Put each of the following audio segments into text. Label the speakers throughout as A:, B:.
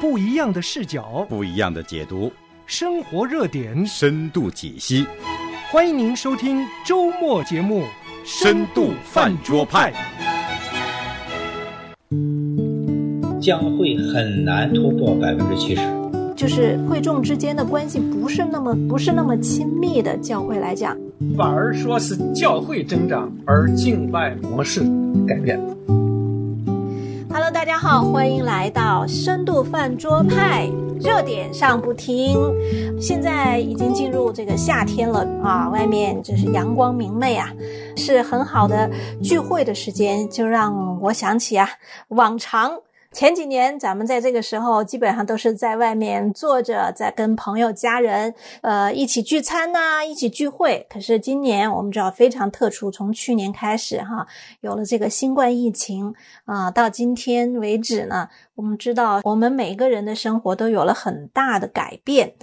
A: 不一样的视角，
B: 不一样的解读，
A: 生活热点，
B: 深度解析，
A: 欢迎您收听周末节目《
B: 深度饭桌派》。
C: 将会很难突破百分之七十。
D: 就是会众之间的关系不是那么不是那么亲密的教会来讲，
E: 反而说是教会增长，而境外模式改变。
D: Hello，大家好，欢迎来到深度饭桌派，热点上不停。现在已经进入这个夏天了啊，外面就是阳光明媚啊，是很好的聚会的时间，就让我想起啊，往常。前几年，咱们在这个时候基本上都是在外面坐着，在跟朋友、家人，呃，一起聚餐呐、啊，一起聚会。可是今年我们知道非常特殊，从去年开始哈，有了这个新冠疫情啊、呃，到今天为止呢，我们知道我们每个人的生活都有了很大的改变。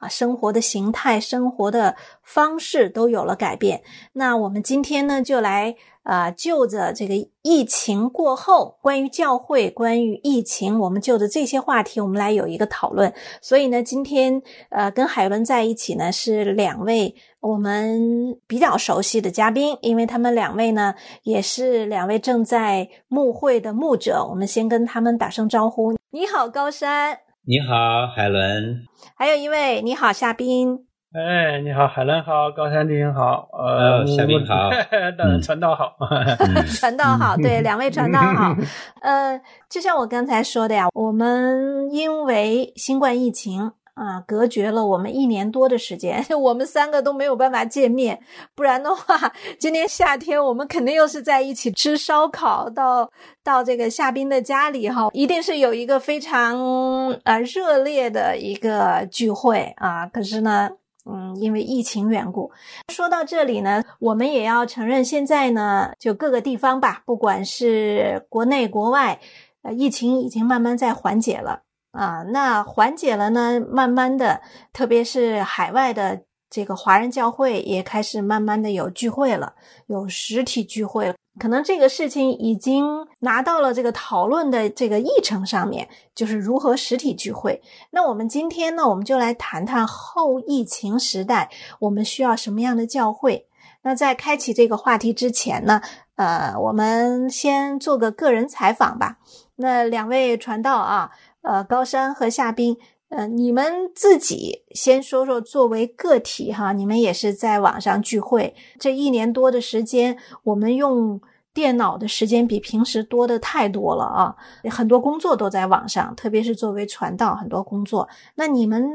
D: 啊，生活的形态、生活的方式都有了改变。那我们今天呢，就来呃，就着这个疫情过后，关于教会、关于疫情，我们就着这些话题，我们来有一个讨论。所以呢，今天呃，跟海伦在一起呢，是两位我们比较熟悉的嘉宾，因为他们两位呢，也是两位正在牧会的牧者。我们先跟他们打声招呼。你好，高山。
C: 你好，海伦。
D: 还有一位，你好，夏冰。
E: 哎，你好，海伦好，高山弟兄好，
C: 呃，夏冰好， 嗯
E: 当然传道好，
D: 传道好，对，两位传道好。 呃，就像我刚才说的呀，我们因为新冠疫情。啊，隔绝了我们一年多的时间， 我们三个都没有办法见面，不然的话，今年夏天我们肯定又是在一起吃烧烤，到到这个夏冰的家里哈，一定是有一个非常呃热烈的一个聚会啊。可是呢，嗯，因为疫情缘故，说到这里呢，我们也要承认，现在呢，就各个地方吧，不管是国内国外，呃，疫情已经慢慢在缓解了。啊，那缓解了呢，慢慢的，特别是海外的这个华人教会也开始慢慢的有聚会了，有实体聚会了。可能这个事情已经拿到了这个讨论的这个议程上面，就是如何实体聚会。那我们今天呢，我们就来谈谈后疫情时代我们需要什么样的教会。那在开启这个话题之前呢，呃，我们先做个个人采访吧。那两位传道啊。呃，高山和夏冰，呃，你们自己先说说，作为个体哈，你们也是在网上聚会，这一年多的时间，我们用电脑的时间比平时多的太多了啊，很多工作都在网上，特别是作为传道，很多工作。那你们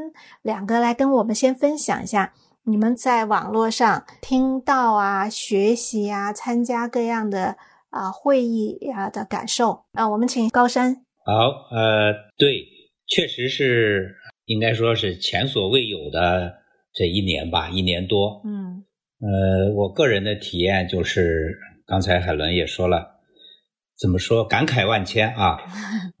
D: 两个来跟我们先分享一下，你们在网络上听到啊、学习啊、参加各样的啊、呃、会议啊的感受啊、呃。我们请高山。
C: 好，呃，对，确实是，应该说是前所未有的这一年吧，一年多。
D: 嗯，
C: 呃，我个人的体验就是，刚才海伦也说了，怎么说，感慨万千啊。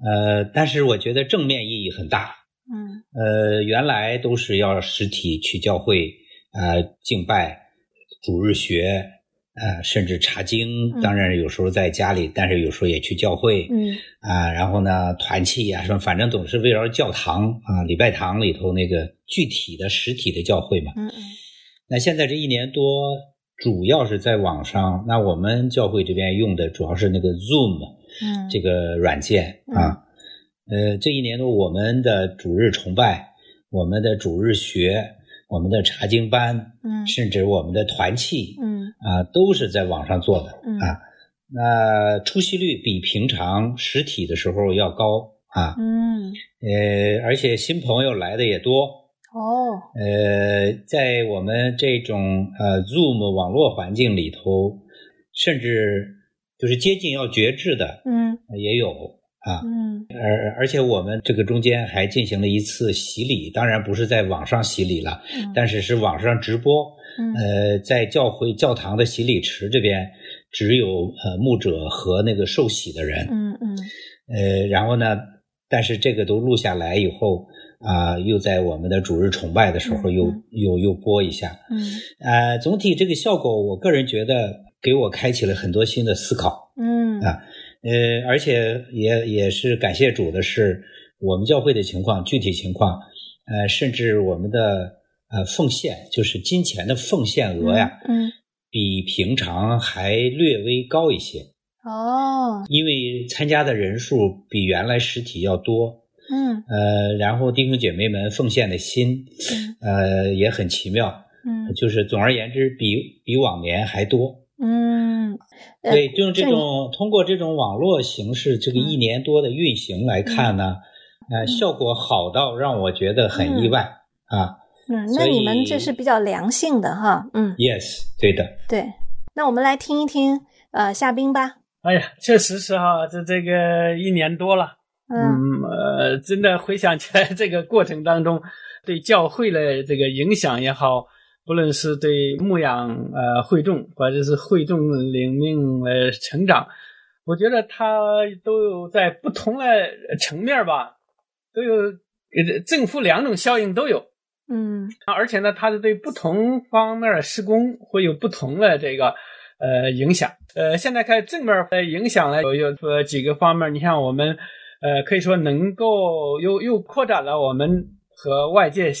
C: 呃，但是我觉得正面意义很大。
D: 嗯，
C: 呃，原来都是要实体去教会啊、呃、敬拜、主日学啊、呃，甚至查经。当然，有时候在家里，
D: 嗯、
C: 但是有时候也去教会。
D: 嗯。
C: 啊，然后呢，团契呀、啊，什么，反正总是围绕教堂啊、礼拜堂里头那个具体的实体的教会嘛。
D: 嗯嗯。
C: 那现在这一年多，主要是在网上。那我们教会这边用的主要是那个 Zoom，
D: 嗯，
C: 这个软件啊。
D: 嗯、
C: 呃，这一年多，我们的主日崇拜、我们的主日学、我们的查经班，
D: 嗯，
C: 甚至我们的团契，
D: 嗯，
C: 啊，都是在网上做的啊。
D: 嗯
C: 那出席率比平常实体的时候要高啊，
D: 嗯，
C: 呃，而且新朋友来的也多
D: 哦，
C: 呃，在我们这种呃 Zoom 网络环境里头，甚至就是接近要绝志的，
D: 嗯，
C: 也有啊，
D: 嗯，
C: 而而且我们这个中间还进行了一次洗礼，当然不是在网上洗礼了，
D: 嗯、
C: 但是是网上直播，
D: 嗯、
C: 呃，在教会教堂的洗礼池这边。只有呃牧者和那个受洗的人，
D: 嗯嗯，
C: 呃，然后呢，但是这个都录下来以后啊、呃，又在我们的主日崇拜的时候又、
D: 嗯嗯、
C: 又又播一下，
D: 嗯，
C: 呃，总体这个效果，我个人觉得给我开启了很多新的思考，
D: 嗯
C: 啊，呃，而且也也是感谢主的是，我们教会的情况，具体情况，呃，甚至我们的呃奉献，就是金钱的奉献额呀，
D: 嗯，
C: 比平常还略微高一些，
D: 哦，
C: 因为参加的人数比原来实体要多。
D: 嗯
C: 呃，然后弟兄姐妹们奉献的心，呃，也很奇妙，
D: 嗯
C: 就是总而言之比，比往年还多。
D: 嗯，呃
C: 对，就这
D: 这嗯
C: 种通过这种网络形式，这个一年多的运行来看呢，呃，效果好到让我觉得很意外、啊。
D: 嗯，那
C: 所
D: 你们
C: 以
D: 这是比较良性的哈，嗯，
C: Yes，对的，
D: 对。那我们来听一听呃夏冰吧，
E: 哎呀，确实是哈，这这个一年多了，
D: 嗯
E: 嗯呃，真的回想起来，这个过程当中对教会的这个影响也好，不论是对牧养呃会众，或者是会众领命呃成长，我觉得它都有在不同的呃层面吧，都有呃正负两种效应都有。
D: 嗯
E: 而且呢，它是对不同方面施工会有不同的这个呃影响。呃，现在看正面的影响呢，有有呃几个方面。你看，我们呃可以说能够又又扩展了我们和外界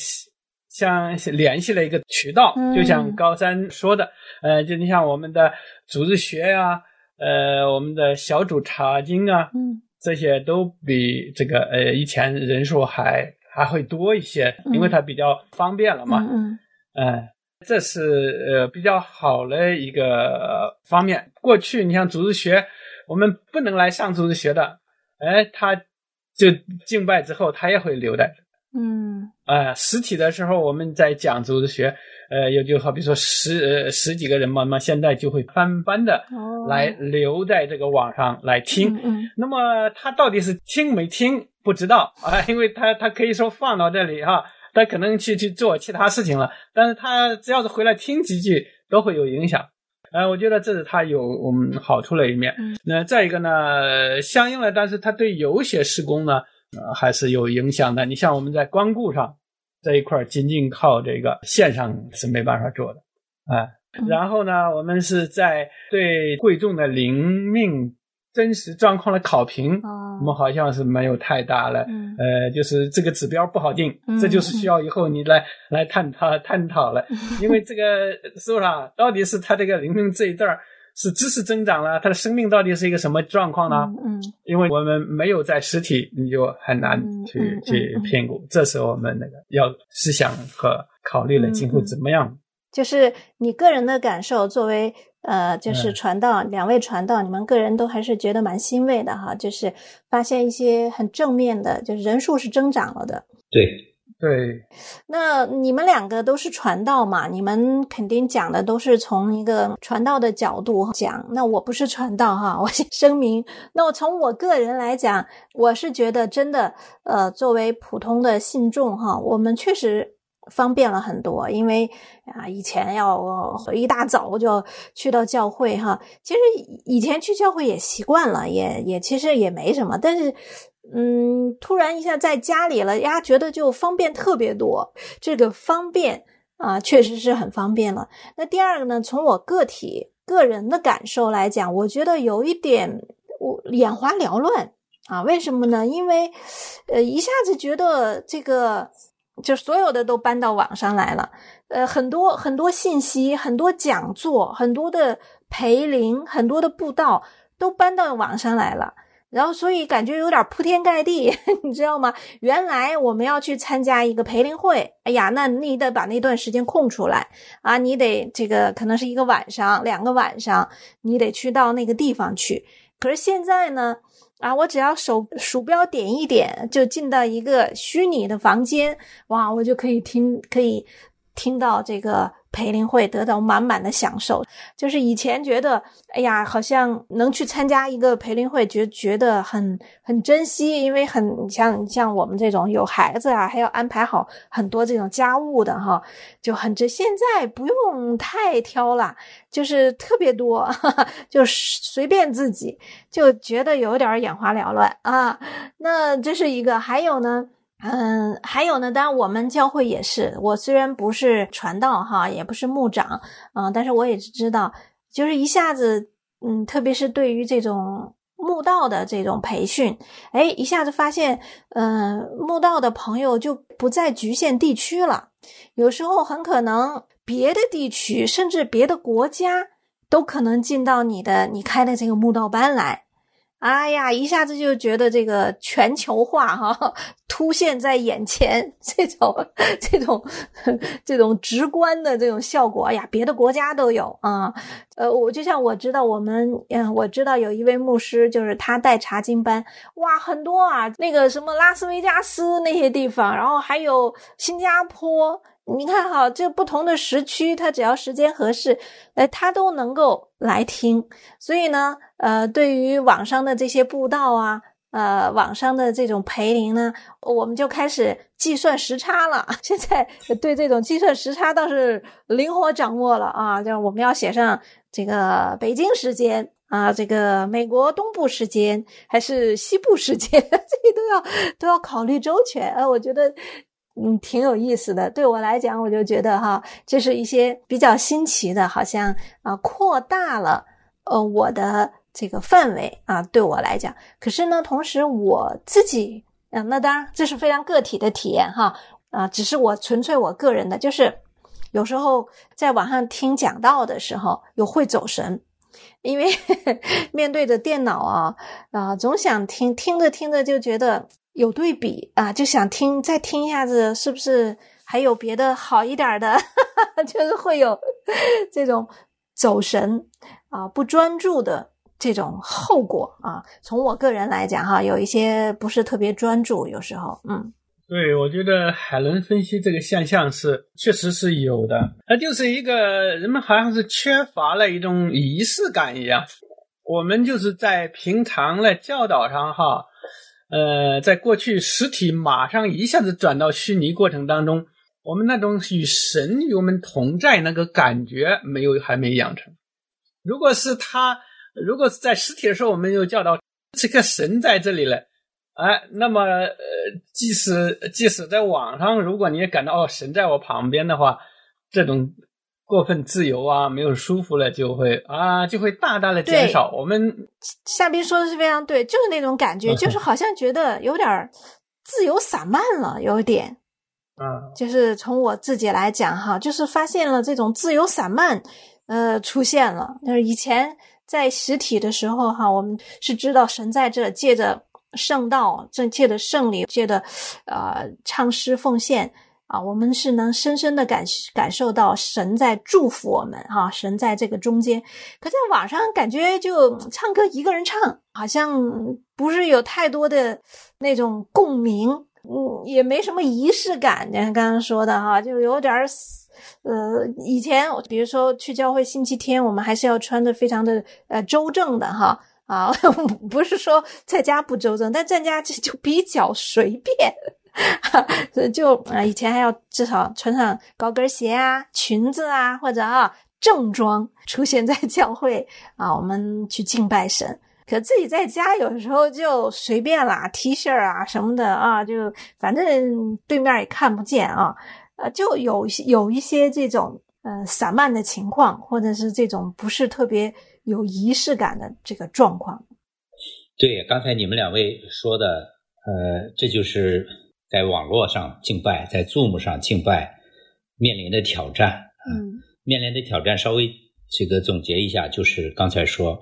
E: 相联系的一个渠道。
D: 嗯
E: 就像高三说的，呃，就你像我们的组织学呀、呃，我们的小组查经啊，
D: 嗯
E: 这些都比这个呃以前人数还还会多一些，因为它比较方便了嘛。
D: 嗯
E: 嗯，这是呃比较好的一个、呃方面。过去你像组织学，我们不能来上组织学的，哎，他就敬拜之后他也会留的。
D: 嗯
E: 啊、实体的时候我们在讲组织学，呃，也就好比说十呃十几个人嘛，那么现在就会翻班的
D: 嗯，哦，
E: 来留在这个网上来听。
D: 嗯嗯
E: 那么他到底是听没听不知道啊，因为他他可以说放到这里哈、他可能去去做其他事情了，但是他只要是回来听几句，都会有影响。呃，我觉得这是他有嗯好处的一面。
D: 嗯
E: 那再一个呢，相应的，但是他对有些施工呢、呃还是有影响的。你像我们在光顾上这一块儿，仅仅靠这个线上是没办法做的啊。
D: 嗯
E: 然后呢，我们是在对贵重的灵命真实状况的考评，
D: 哦，
E: 我们好像是没有太大的，
D: 嗯
E: 呃，就是这个指标不好定
D: 嗯，
E: 这就是需要以后 你来来探讨探讨了，因为这个是不是啊？到底是他这个灵命这一段儿是知识增长了，他的生命到底是一个什么状况呢？
D: 嗯嗯
E: 因为我们没有在实体，你就很难
D: 嗯
E: 去、
D: 嗯嗯
E: 去
D: 嗯
E: 评估，这是我们那个要思想和考虑了，今后
D: 嗯嗯
E: 怎么样
D: 就是你个人的感受，作为呃，
E: 嗯
D: 就是传道、两位传道，你们个人都还是觉得蛮欣慰的哈，就是发现一些很正面的，就是人数是增长了的。
C: 对，
E: 对。
D: 那你们两个都是传道嘛，你们肯定讲的都是从一个传道的角度讲。那我不是传道哈，我先声明。那我从我个人来讲，我是觉得真的，呃，作为普通的信众哈，我们确实方便了很多，因为啊，以前要呃一大早就要去到教会哈，其实以以前去教会也习惯了，也也其实也没什么，但是。嗯，突然一下在家里了，呀，觉得就方便特别多。这个方便啊，确实是很方便了。那第二个呢，从我个体个人的感受来讲，我觉得有一点我眼花缭乱啊。为什么呢？因为呃，一下子觉得这个就所有的都搬到网上来了，呃，很多很多信息，很多讲座，很多的培灵，很多的布道都搬到网上来了。然后，所以感觉有点铺天盖地， 你知道吗？原来我们要去参加一个培灵会，哎呀，那你得把那段时间空出来啊，你得这个可能是一个晚上、两个晚上，你得去到那个地方去。可是现在呢，啊，我只要手鼠标点一点，就进到一个虚拟的房间，哇，我就可以听，可以听到这个培灵会，得到满满的享受。就是以前觉得，哎呀，好像能去参加一个培灵会，觉觉得很很珍惜，因为很像像我们这种有孩子啊，还要安排好很多这种家务的哈，就很这现在不用太挑了，就是特别多， 就是随便自己，就觉得有点眼花缭乱啊。那这是一个，还有呢。嗯，还有呢，当然我们教会也是。我虽然不是传道哈，也不是牧长，嗯，但是我也是知道，就是一下子，嗯，特别是对于这种慕道的这种培训，哎，一下子发现，嗯、呃，慕道的朋友就不再局限地区了，有时候很可能别的地区甚至别的国家都可能进到你的你开的这个慕道班来。哎呀，一下子就觉得这个全球化哈、啊、突现在眼前， 这种这种 这种直观的这种效果，哎呀，别的国家都有啊。呃，我就像我知道我们，嗯，我知道有一位牧师，就是他带查经班，哇，很多啊，那个什么拉斯维加斯那些地方，然后还有新加坡。你看哈，这不同的时区，他只要时间合适，呃，他都能够来听。所以呢，呃，对于网上的这些布道啊，呃，网上的这种培灵呢，我们就开始计算时差了。 现在对这种计算时差倒是灵活掌握了啊，就是我们要写上这个北京时间。啊，这个美国东部时间还是西部时间， 这些都要都要考虑周全。呃，我觉得。嗯，挺有意思的。对我来讲，我就觉得哈，这是一些比较新奇的，好像啊、呃，扩大了呃我的这个范围啊。对我来讲，可是呢，同时我自己啊、呃，那当然这是非常个体的体验哈啊、呃，只是我纯粹我个人的，就是有时候在网上听讲道的时候，有会走神。因为 面对着电脑啊啊，总想听，听着听着就觉得。有对比啊，就想听再听一下子，是不是还有别的好一点的？ 就是会有这种走神啊、不专注的这种后果啊。从我个人来讲哈，有一些不是特别专注，有时候嗯。
E: 对，我觉得海伦分析这个现象是确实是有的，那就是一个人们好像是缺乏了一种仪式感一样。我们就是在平常的教导上哈。呃，在过去实体马上一下子转到虚拟过程当中，我们那种与神与我们同在那个感觉没有还没养成。如果是他，如果是在实体的时候，我们又叫到这个神在这里了，哎、啊，那么呃，即使即使在网上，如果你也感到哦神在我旁边的话，这种过分自由啊，没有舒服了，就会啊就会大大的减少我们。
D: 夏冰说的是非常对，就是那种感觉，就是好像觉得有点自由散漫了，有点，
E: 嗯，
D: 就是从我自己来讲哈，就是发现了这种自由散漫，呃，出现了。就是以前在实体的时候哈，我们是知道神在这，借着圣道，正借着圣礼，借着呃唱诗奉献。啊，我们是能深深的感感受到神在祝福我们哈、啊，神在这个中间。可在网上感觉就唱歌一个人唱，好像不是有太多的那种共鸣，嗯，也没什么仪式感。像刚刚说的哈、啊，就有点儿，呃，以前比如说去教会星期天，我们还是要穿的非常的呃周正的哈。啊， 不是说在家不周正，但在家就就比较随便。 就啊，以前还要至少穿上高跟鞋啊、裙子啊，或者啊正装出现在教会啊，我们去敬拜神。可自己在家有时候就随便啦，T 恤啊什么的啊，就反正对面也看不见啊，呃，就有有一些这种呃散漫的情况，或者是这种不是特别有仪式感的这个状况。
C: 对，刚才你们两位说的，呃，这就是。在网络上敬拜，在 Zoom 上敬拜，面临的挑战啊，
D: 嗯、
C: 面临的挑战稍微这个总结一下，就是刚才说，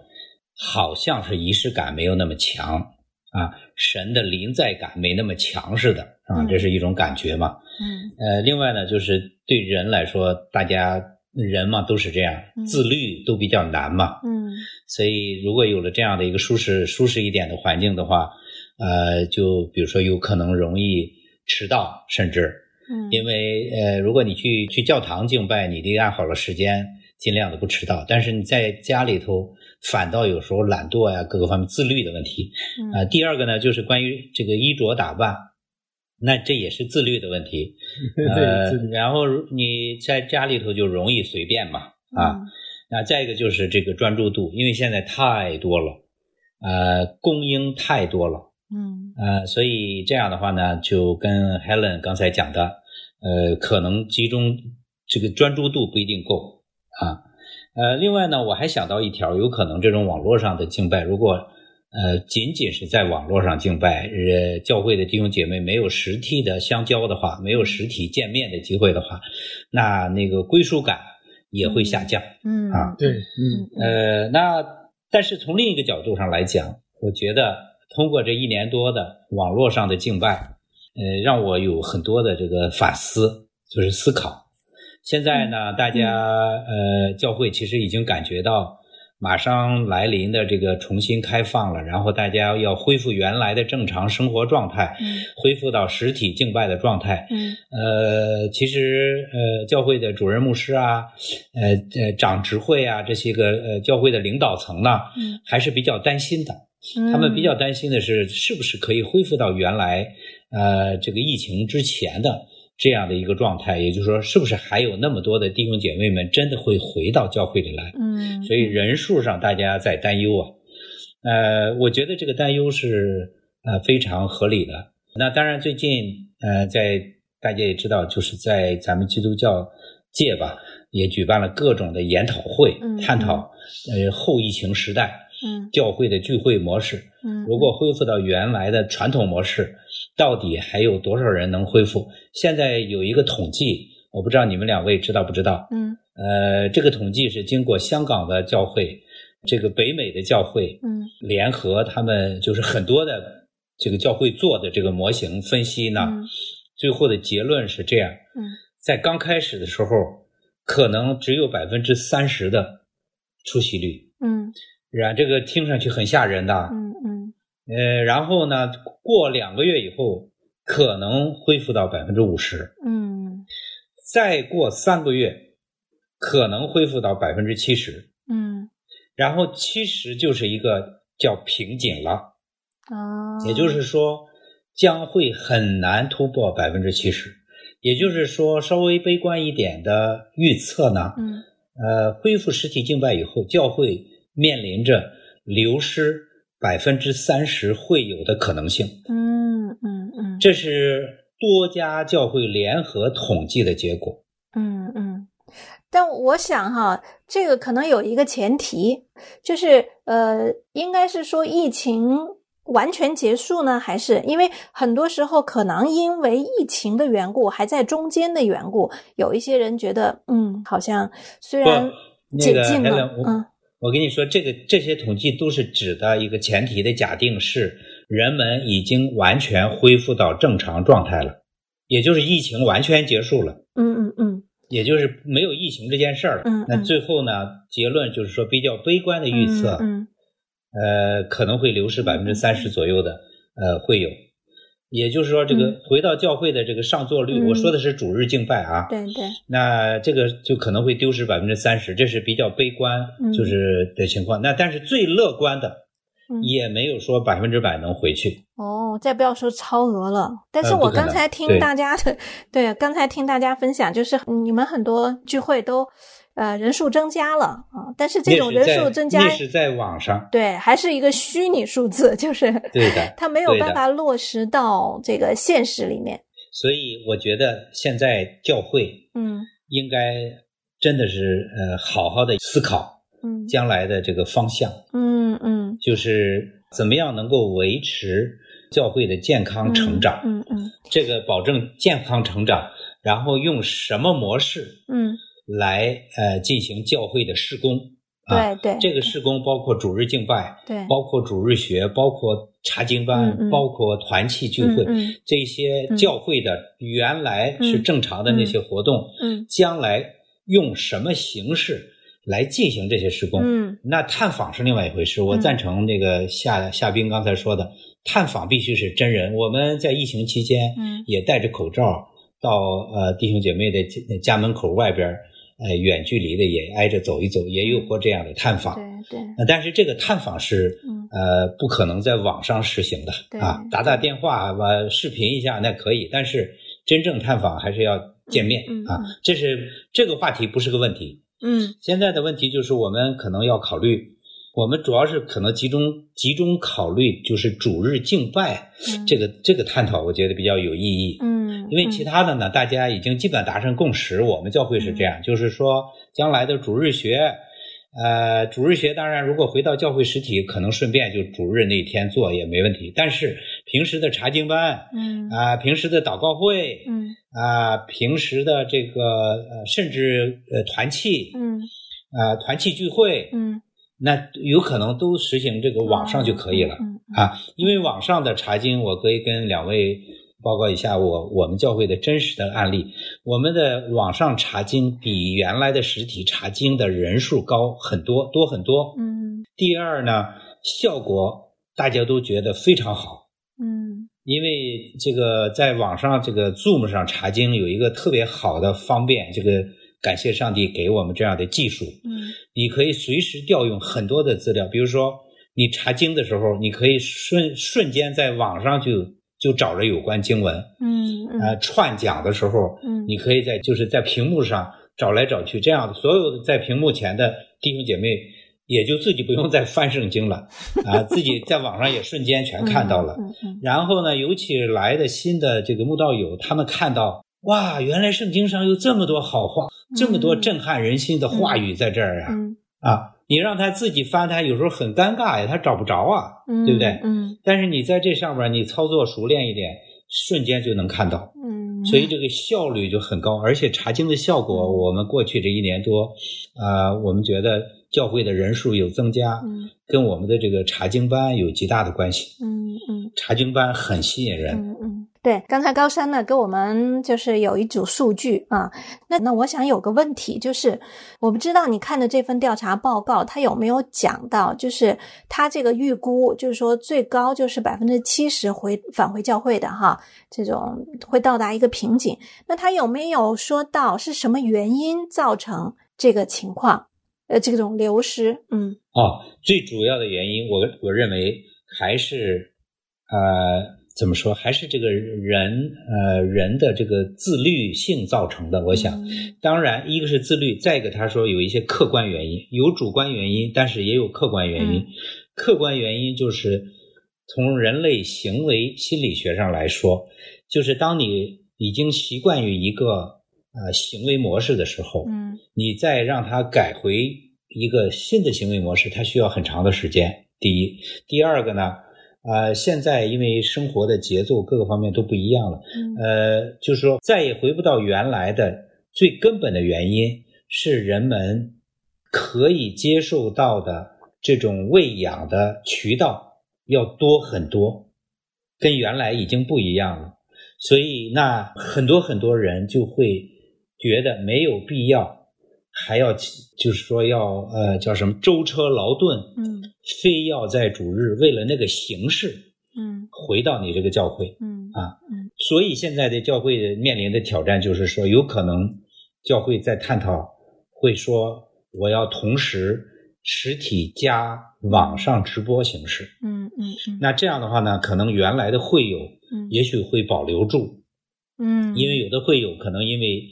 C: 好像是仪式感没有那么强啊，神的临在感没那么强似的啊，这是一种感觉嘛。
D: 嗯。
C: 呃，另外呢，就是对人来说，大家人嘛都是这样，自律都比较难嘛。
D: 嗯。
C: 所以，如果有了这样的一个舒适、舒适一点的环境的话，呃，就比如说有可能容易。迟到，甚至，
D: 嗯，
C: 因为呃，如果你去去教堂敬拜，你得按好了时间，尽量的不迟到。但是你在家里头，反倒有时候懒惰呀、啊，各个方面自律的问题。
D: 嗯
C: 啊、呃，第二个呢，就是关于这个衣着打扮，那这也是自律的问 题。呃，然后你在家里头就容易随便嘛，啊，
D: 嗯、
C: 那再一个就是这个专注度，因为现在太多了，呃，供应太多了。
D: 嗯
C: 呃，所以这样的话呢，就跟 Helen 刚才讲的，呃，可能集中这个专注度不一定够啊。呃，另外呢，我还想到一条，有可能这种网络上的敬拜，如果呃，仅仅是在网络上敬拜，呃，教会的弟兄姐妹没有实体的相交的话，没有实体见面的机会的话，那那个归属感也会下降。
D: 嗯
C: 啊
E: 对，嗯，
C: 呃，那但是从另一个角度上来讲，我觉得通过这一年多的网络上的敬拜，呃，让我有很多的这个反思，就是思考。现在
D: 嗯
C: 呢，大家呃，教会其实已经感觉到马上来临的这个重新开放了，然后大家要恢复原来的正常生活状态，
D: 嗯
C: 恢复到实体敬拜的状态。
D: 嗯
C: 呃，其实呃，教会的主任牧师啊，呃呃，长执会啊，这些个呃教会的领导层呢，
D: 嗯
C: 还是比较担心的。
D: 嗯，
C: 他们比较担心的是，是不是可以恢复到原来呃这个疫情之前的这样的一个状态？也就是说，是不是还有那么多的弟兄姐妹们真的会回到教会里来？
D: 嗯，
C: 所以人数上大家在担忧啊。呃，我觉得这个担忧是呃非常合理的。那当然，最近呃，在大家也知道，就是在咱们基督教界吧，也举办了各种的研讨会
D: 嗯，
C: 探讨呃后疫情时代
D: 嗯
C: 教会的聚会模式。
D: 嗯，
C: 如果恢复到原来的传统模式，到底还有多少人能恢复？现在有一个统计，我不知道你们两位知道不知道？
D: 嗯
C: 呃，这个统计是经过香港的教会、这个北美的教会
D: 嗯
C: 联合他们，就是很多的这个教会做的这个模型分析呢，
D: 嗯
C: 最后的结论是这样：
D: 嗯
C: 在刚开始的时候，可能只有百分之三十的出席率，
D: 嗯
C: 然这个听上去很吓人的，
D: 嗯嗯
C: 呃，然后呢，过两个月以后可能恢复到百分之五十，
D: 嗯
C: 再过三个月可能恢复到百分之七十。
D: 嗯
C: 然后其实就是一个叫瓶颈了，
D: 啊，
C: 也就是说将会很难突破百分之七十。也就是说，稍微悲观一点的预测呢，
D: 嗯
C: 呃，恢复实体敬拜以后，教会面临着流失百分之三十会有的可能性，
D: 嗯嗯嗯
C: 这是多家教会联合统计的结果。
D: 嗯嗯，但我想哈，这个可能有一个前提，就是呃，应该是说疫情完全结束呢，还是因为很多时候可能因为疫情的缘故，还在中间的缘故，有一些人觉得嗯，好像虽
C: 不
D: 然
C: 那
D: 解
C: 个
D: 禁
C: Helen，
D: 了，
C: 我、
D: 嗯
C: 我跟你说，这个这些统计都是指的一个前提的假定是人们已经完全恢复到正常状态了，也就是疫情完全结束了，
D: 嗯嗯嗯
C: 也就是没有疫情这件事儿了。
D: 嗯嗯
C: 那最后呢，结论就是说比较悲观的预测，
D: 嗯
C: 呃，可能会流失百分之三十左右的，呃，会有。也就是说，这
D: 嗯
C: 个回到教会的这个上座率，
D: 嗯
C: 我说的是主日敬拜啊，
D: 嗯，对对，
C: 那这个就可能会丢失百分之三十，这是比较悲观
D: 嗯
C: 就是的情况。那但是最乐观的
D: 嗯
C: 也没有说百分之百能回去。
D: 哦，再不要说超额了。但是
C: 呃不
D: 我
C: 可
D: 刚
C: 能
D: 才听
C: 对
D: 大家的，对刚才听大家分享，就是嗯你们很多聚会都，呃，人数增加了啊、但是这
C: 那
D: 种
C: 是
D: 人
C: 在
D: 数增加，
C: 那是在网上，
D: 对，还是一个虚拟数字，就是
C: 对的
D: 它没有
C: 对的
D: 办法落实到这个现实里面。
C: 所以我觉得现在教会
D: 嗯
C: 应该真的是呃好好的思考
D: 嗯
C: 将来的这个方向，
D: 嗯嗯，
C: 就是怎么样能够维持教会的健康成长，
D: 嗯嗯
C: 这个保证健康成长，然后用什么模式
D: 嗯，
C: 来呃进行教会的施工。啊，
D: 对对，
C: 这个施工包括主日敬拜，
D: 对，
C: 包括主日学，包括查经班，
D: 嗯嗯
C: 包括团契聚
D: 嗯
C: 会，
D: 嗯
C: 这些教会的原来是正常的那些活动，
D: 嗯
C: 将来用什么形式来进行这些施工？
D: 嗯
C: 那探访是另外一回事，我赞成那个夏夏冰刚才说的，探访必须是真人。我们在疫情期间，
D: 嗯
C: 也戴着口罩到呃弟兄姐妹的家家门口外边儿，呃远距离的也挨着走一走，也有过这样的探访。
D: 嗯对对，
C: 那但是这个探访是
D: 嗯
C: 呃不可能在网上实行的
D: 对
C: 啊，打打电话吧，视频一下那可以，但是真正探访还是要见面
D: 嗯嗯
C: 啊
D: 嗯。
C: 这是这个话题不是个问题，
D: 嗯
C: 现在的问题就是，我们可能要考虑，我们主要是可能集中集中考虑，就是主日敬拜、
D: 嗯
C: 这个这个探讨，我觉得比较有意义。
D: 嗯，
C: 因为其
D: 他
C: 他的呢，大
D: 嗯
C: 家已经基本达成共识。我们教会是这样，就是说，将来的主日学，呃，主日学当然，如果回到教会实体，可能顺便就主日那天做也没问题。但是平时的查经班
D: 嗯
C: 啊、平时的祷告会
D: 嗯
C: 啊、平时的这个呃，甚至呃团契
D: 嗯
C: 啊、团契聚会，
D: 嗯，
C: 那有可能都实行这个网上就可以了。
D: 嗯
C: 啊，因为网上的查经，我可以跟两位报告一下我我们教会的真实的案例。我们的网上查经比原来的实体查经的人数高很多，多很多。
D: 嗯
C: 第二呢，效果大家都觉得非常好，
D: 嗯
C: 因为这个在网上这个 Zoom 上查经有一个特别好的方便，这个感谢上帝给我们这样的技术。
D: 嗯
C: 你可以随时调用很多的资料，比如说你查经的时候，你可以瞬瞬间在网上就就找着有关经文，
D: 嗯
C: 呃，
D: 嗯
C: 串讲的时候，
D: 嗯，
C: 你可以在就是在屏幕上找来找去，这样所有在屏幕前的弟兄姐妹也就自己不用再翻圣经 了，啊、自己在网上也瞬间全看到了。
D: 嗯嗯
C: 然后呢，尤其来的新的这个慕道友，他们看到哇，原来圣经上有这么多好话，这么多震撼人心的话语在这儿啊。
D: 嗯
C: 啊，你让他自己翻，他有时候很尴尬呀，他找不着啊。
D: 嗯，
C: 对不对
D: 嗯
C: 但是你在这上面，你操作熟练一点，瞬间就能看到，
D: 嗯，
C: 所以这个效率就很高。而且查经的效果，我们过去这一年多，呃，我们觉得教会的人数有增加，
D: 嗯
C: 跟我们的这个查经班有极大的关系。
D: 嗯嗯。
C: 查经班很吸引人，
D: 嗯嗯，对，刚才高山呢给我们就是有一组数据啊，那那我想有个问题就是，我不知道你看的这份调查报告，它有没有讲到，就是它这个预估，就是说最高就是百分之七十回返回教会的哈，这种会到达一个瓶颈。那它有没有说到是什么原因造成这个情况？呃，这种流失，嗯
C: 哦，最主要的原因，我我认为还是，呃，怎么说，还是这个人，呃，人的这个自律性造成的。我想，
D: 嗯
C: 当然，一个是自律，再一个他说有一些客观原因，有主观原因，但是也有客观原因。
D: 嗯
C: 客观原因就是从人类行为心理学上来说，就是当你已经习惯于一个呃行为模式的时候，
D: 嗯
C: 你再让他改回一个新的行为模式，他需要很长的时间。第一，第二个呢，呃，现在因为生活的节奏各个方面都不一样了，
D: 嗯
C: 呃，就是说再也回不到原来的最根本的原因是人们可以接受到的这种喂养的渠道要多很多，跟原来已经不一样了。所以那很多很多人就会觉得没有必要，还要就是说要呃叫什么舟车劳顿，
D: 嗯，
C: 非要在主日为了那个形式
D: 嗯
C: 回到你这个教会。
D: 嗯
C: 啊所以现在的教会面临的挑战就是说，有可能教会在探讨，会说我要同时实体加网上直播形式。
D: 嗯嗯嗯，
C: 那这样的话呢，可能原来的会友
D: 嗯
C: 也许会保留住，
D: 嗯，
C: 因为有的会友可能因为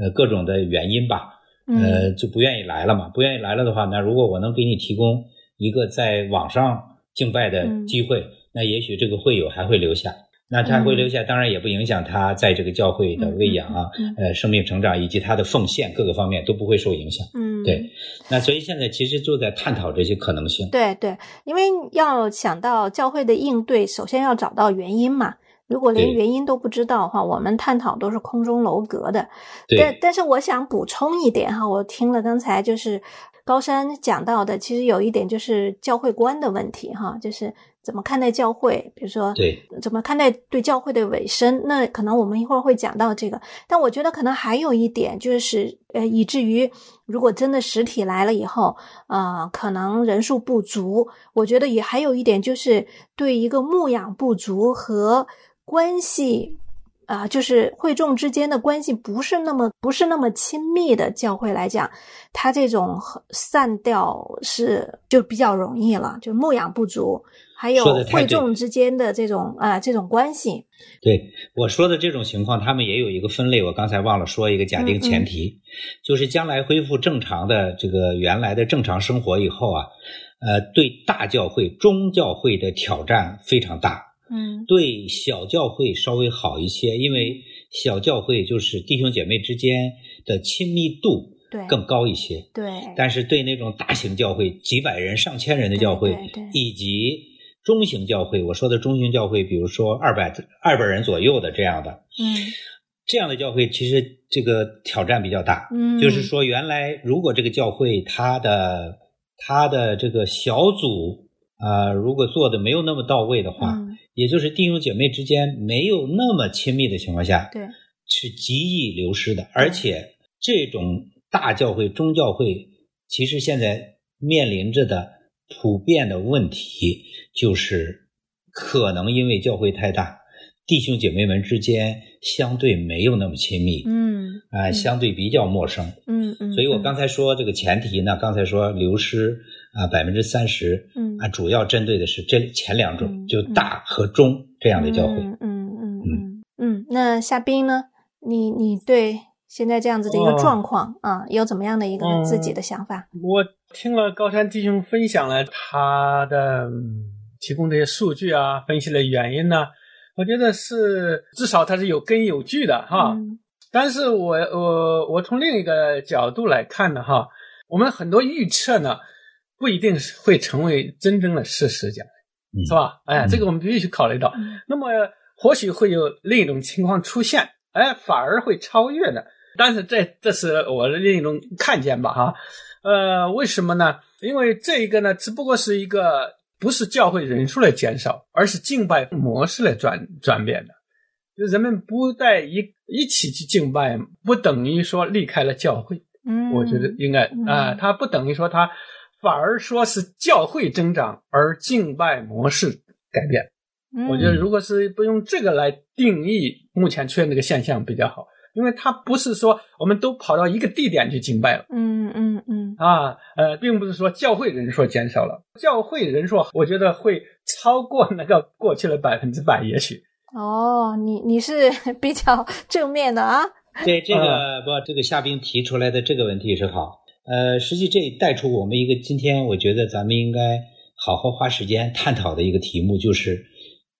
C: 呃各种的原因吧，呃
D: 嗯
C: 就不愿意来了嘛。不愿意来了的话，那如果我能给你提供一个在网上敬拜的
D: 嗯
C: 机会，那也许这个会友还会留下。那他会留下，当然也不影响他在这个教会的喂养啊，
D: 嗯嗯
C: 呃，生命成长以及他的奉献各个方面都不会受影响。
D: 嗯，
C: 对那所以现在其实就在探讨这些可能性。
D: 对对，因为要想到教会的应对，首先要找到原因嘛。如果连
C: 对
D: 原因都不知道的话，我们探讨都是空中楼阁的。但
C: 对，
D: 但是我想补充一点哈，我听了刚才就是高山讲到的，其实有一点就是教会观的问题哈，就是怎么看待教会，比如说
C: 对，
D: 怎么看待对教会的委身？那可能我们一会儿会讲到这个，但我觉得可能还有一点就是，呃，以至于如果真的实体来了以后，呃，可能人数不足，我觉得也还有一点就是对一个牧养不足和关系。啊、就是会众之间的关系不是那么不是那么亲密的教会来讲，它这种散掉是就比较容易了，就牧养不足，还有
C: 说得太
D: 会
C: 对
D: 众之间的这种啊、这种关系，
C: 对我说的这种情况，他们也有一个分类，我刚才忘了说一个假定前提，就是将来恢复正常的这个原来的正常生活以后啊，呃，对大教会、中教会的挑战非常大，
D: 嗯
C: 对小教会稍微好一些，因为小教会就是弟兄姐妹之间的亲密度
D: 对
C: 更高一些。
D: 对，
C: 但是对那种大型教会，几百人、上千人的教会
D: 对对对，
C: 以及中型教会，我说的中型教会，比如说二百二百人左右的这样的，
D: 嗯
C: 这样的教会其实这个挑战比较大。
D: 嗯，
C: 就是说，原来如果这个教会它的它的这个小组啊、呃如果做的没有那么到位的话，
D: 嗯，
C: 也就是弟兄姐妹之间没有那么亲密的情况下，
D: 对，
C: 是极易流失的。而且这种大教会、中教会，其实现在面临着的普遍的问题就是，可能因为教会太大，弟兄姐妹们之间相对没有那么亲密，
D: 嗯
C: 啊、
D: 嗯
C: 相对比较陌生。
D: 嗯嗯，
C: 所以我
D: 嗯
C: 刚才说这个前提呢，刚才说流失啊百分之三十
D: 嗯
C: 啊，主要针对的是这前两种，
D: 嗯
C: 就大和中这样的教会。
D: 嗯嗯嗯嗯嗯，那夏冰呢？你你对现在这样子的一个
E: 哦嗯
D: 状况啊，有怎么样的一个自己的想法？
E: 我听了高山弟兄分享了他的、嗯提供这些数据啊，分析了原因呢、我觉得是至少他是有根有据的哈。
D: 嗯
E: 但是我呃我我从另一个角度来看呢哈，我们很多预测呢不一定是会成为真正的事实讲，
C: 嗯
E: 是吧？哎，
C: 嗯
E: 这个我们必须考虑到。那么或许会有另一种情况出现，哎，反而会超越的。但是这这是我的另一种看见吧，哈，呃，为什么呢？因为这一个呢，只不过是一个不是教会人数的减少，而是敬拜模式的转转变的。就人们不在一一起去敬拜，不等于说离开了教会。
D: 嗯，
E: 我觉得应该
D: 嗯
E: 啊、它不等于说它，反而说是教会增长，而敬拜模式改变。
D: 嗯
E: 我觉得如果是不用这个来定义目前出现这个现象比较好，因为它不是说我们都跑到一个地点去敬拜了
D: 嗯嗯嗯
E: 啊，呃，并不是说教会人数减少了，教会人数我觉得会超过那个过去的百分之百，也许
D: 哦，你你是 比较正面的啊，
C: 对这
D: 嗯
C: 个不，这个夏冰提出来的这个问题是好。呃，实际这也带出我们一个今天我觉得咱们应该好好花时间探讨的一个题目，就是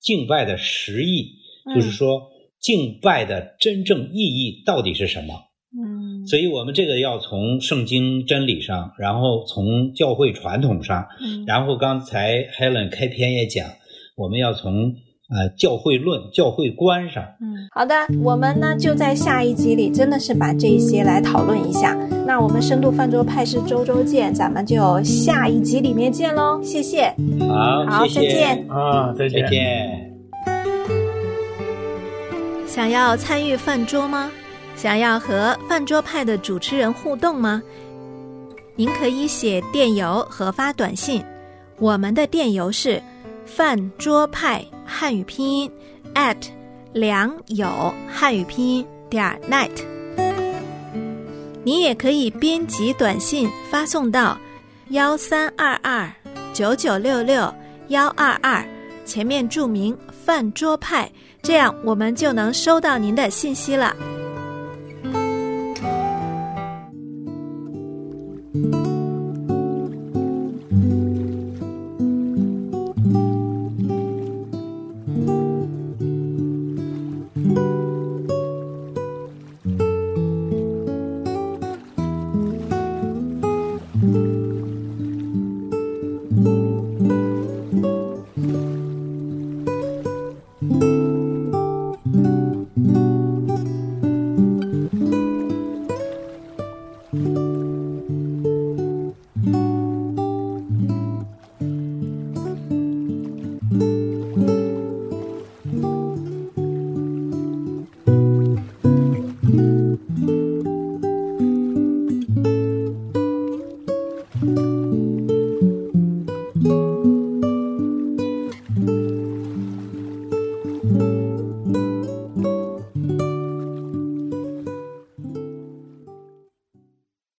C: 敬拜的实义，
D: 嗯
C: 就是说敬拜的真正意义到底是什么？
D: 嗯，
C: 所以我们这个要从圣经真理上，然后从教会传统上，
D: 嗯
C: 然后刚才 Helen 开篇也讲，我们要从呃教会论、教会观上
D: 嗯，好的，我们呢就在下一集里真的是把这一些来讨论一下。那我们深度饭桌派是周周见，咱们就下一集里面见喽，谢谢，
C: 好，
D: 嗯好，
C: 谢
D: 再
C: 谢，
D: 见。
E: 啊，再
C: 再见。
F: 想要参与饭桌吗？想要和饭桌派的主持人互动吗？您可以写电邮和发短信，我们的电邮是饭桌派汉语拼音 at 良友汉语拼音点儿 net。您也可以编辑短信发送到幺三二二九九六六幺二二，前面注明饭桌派。这样我们就能收到您的信息了。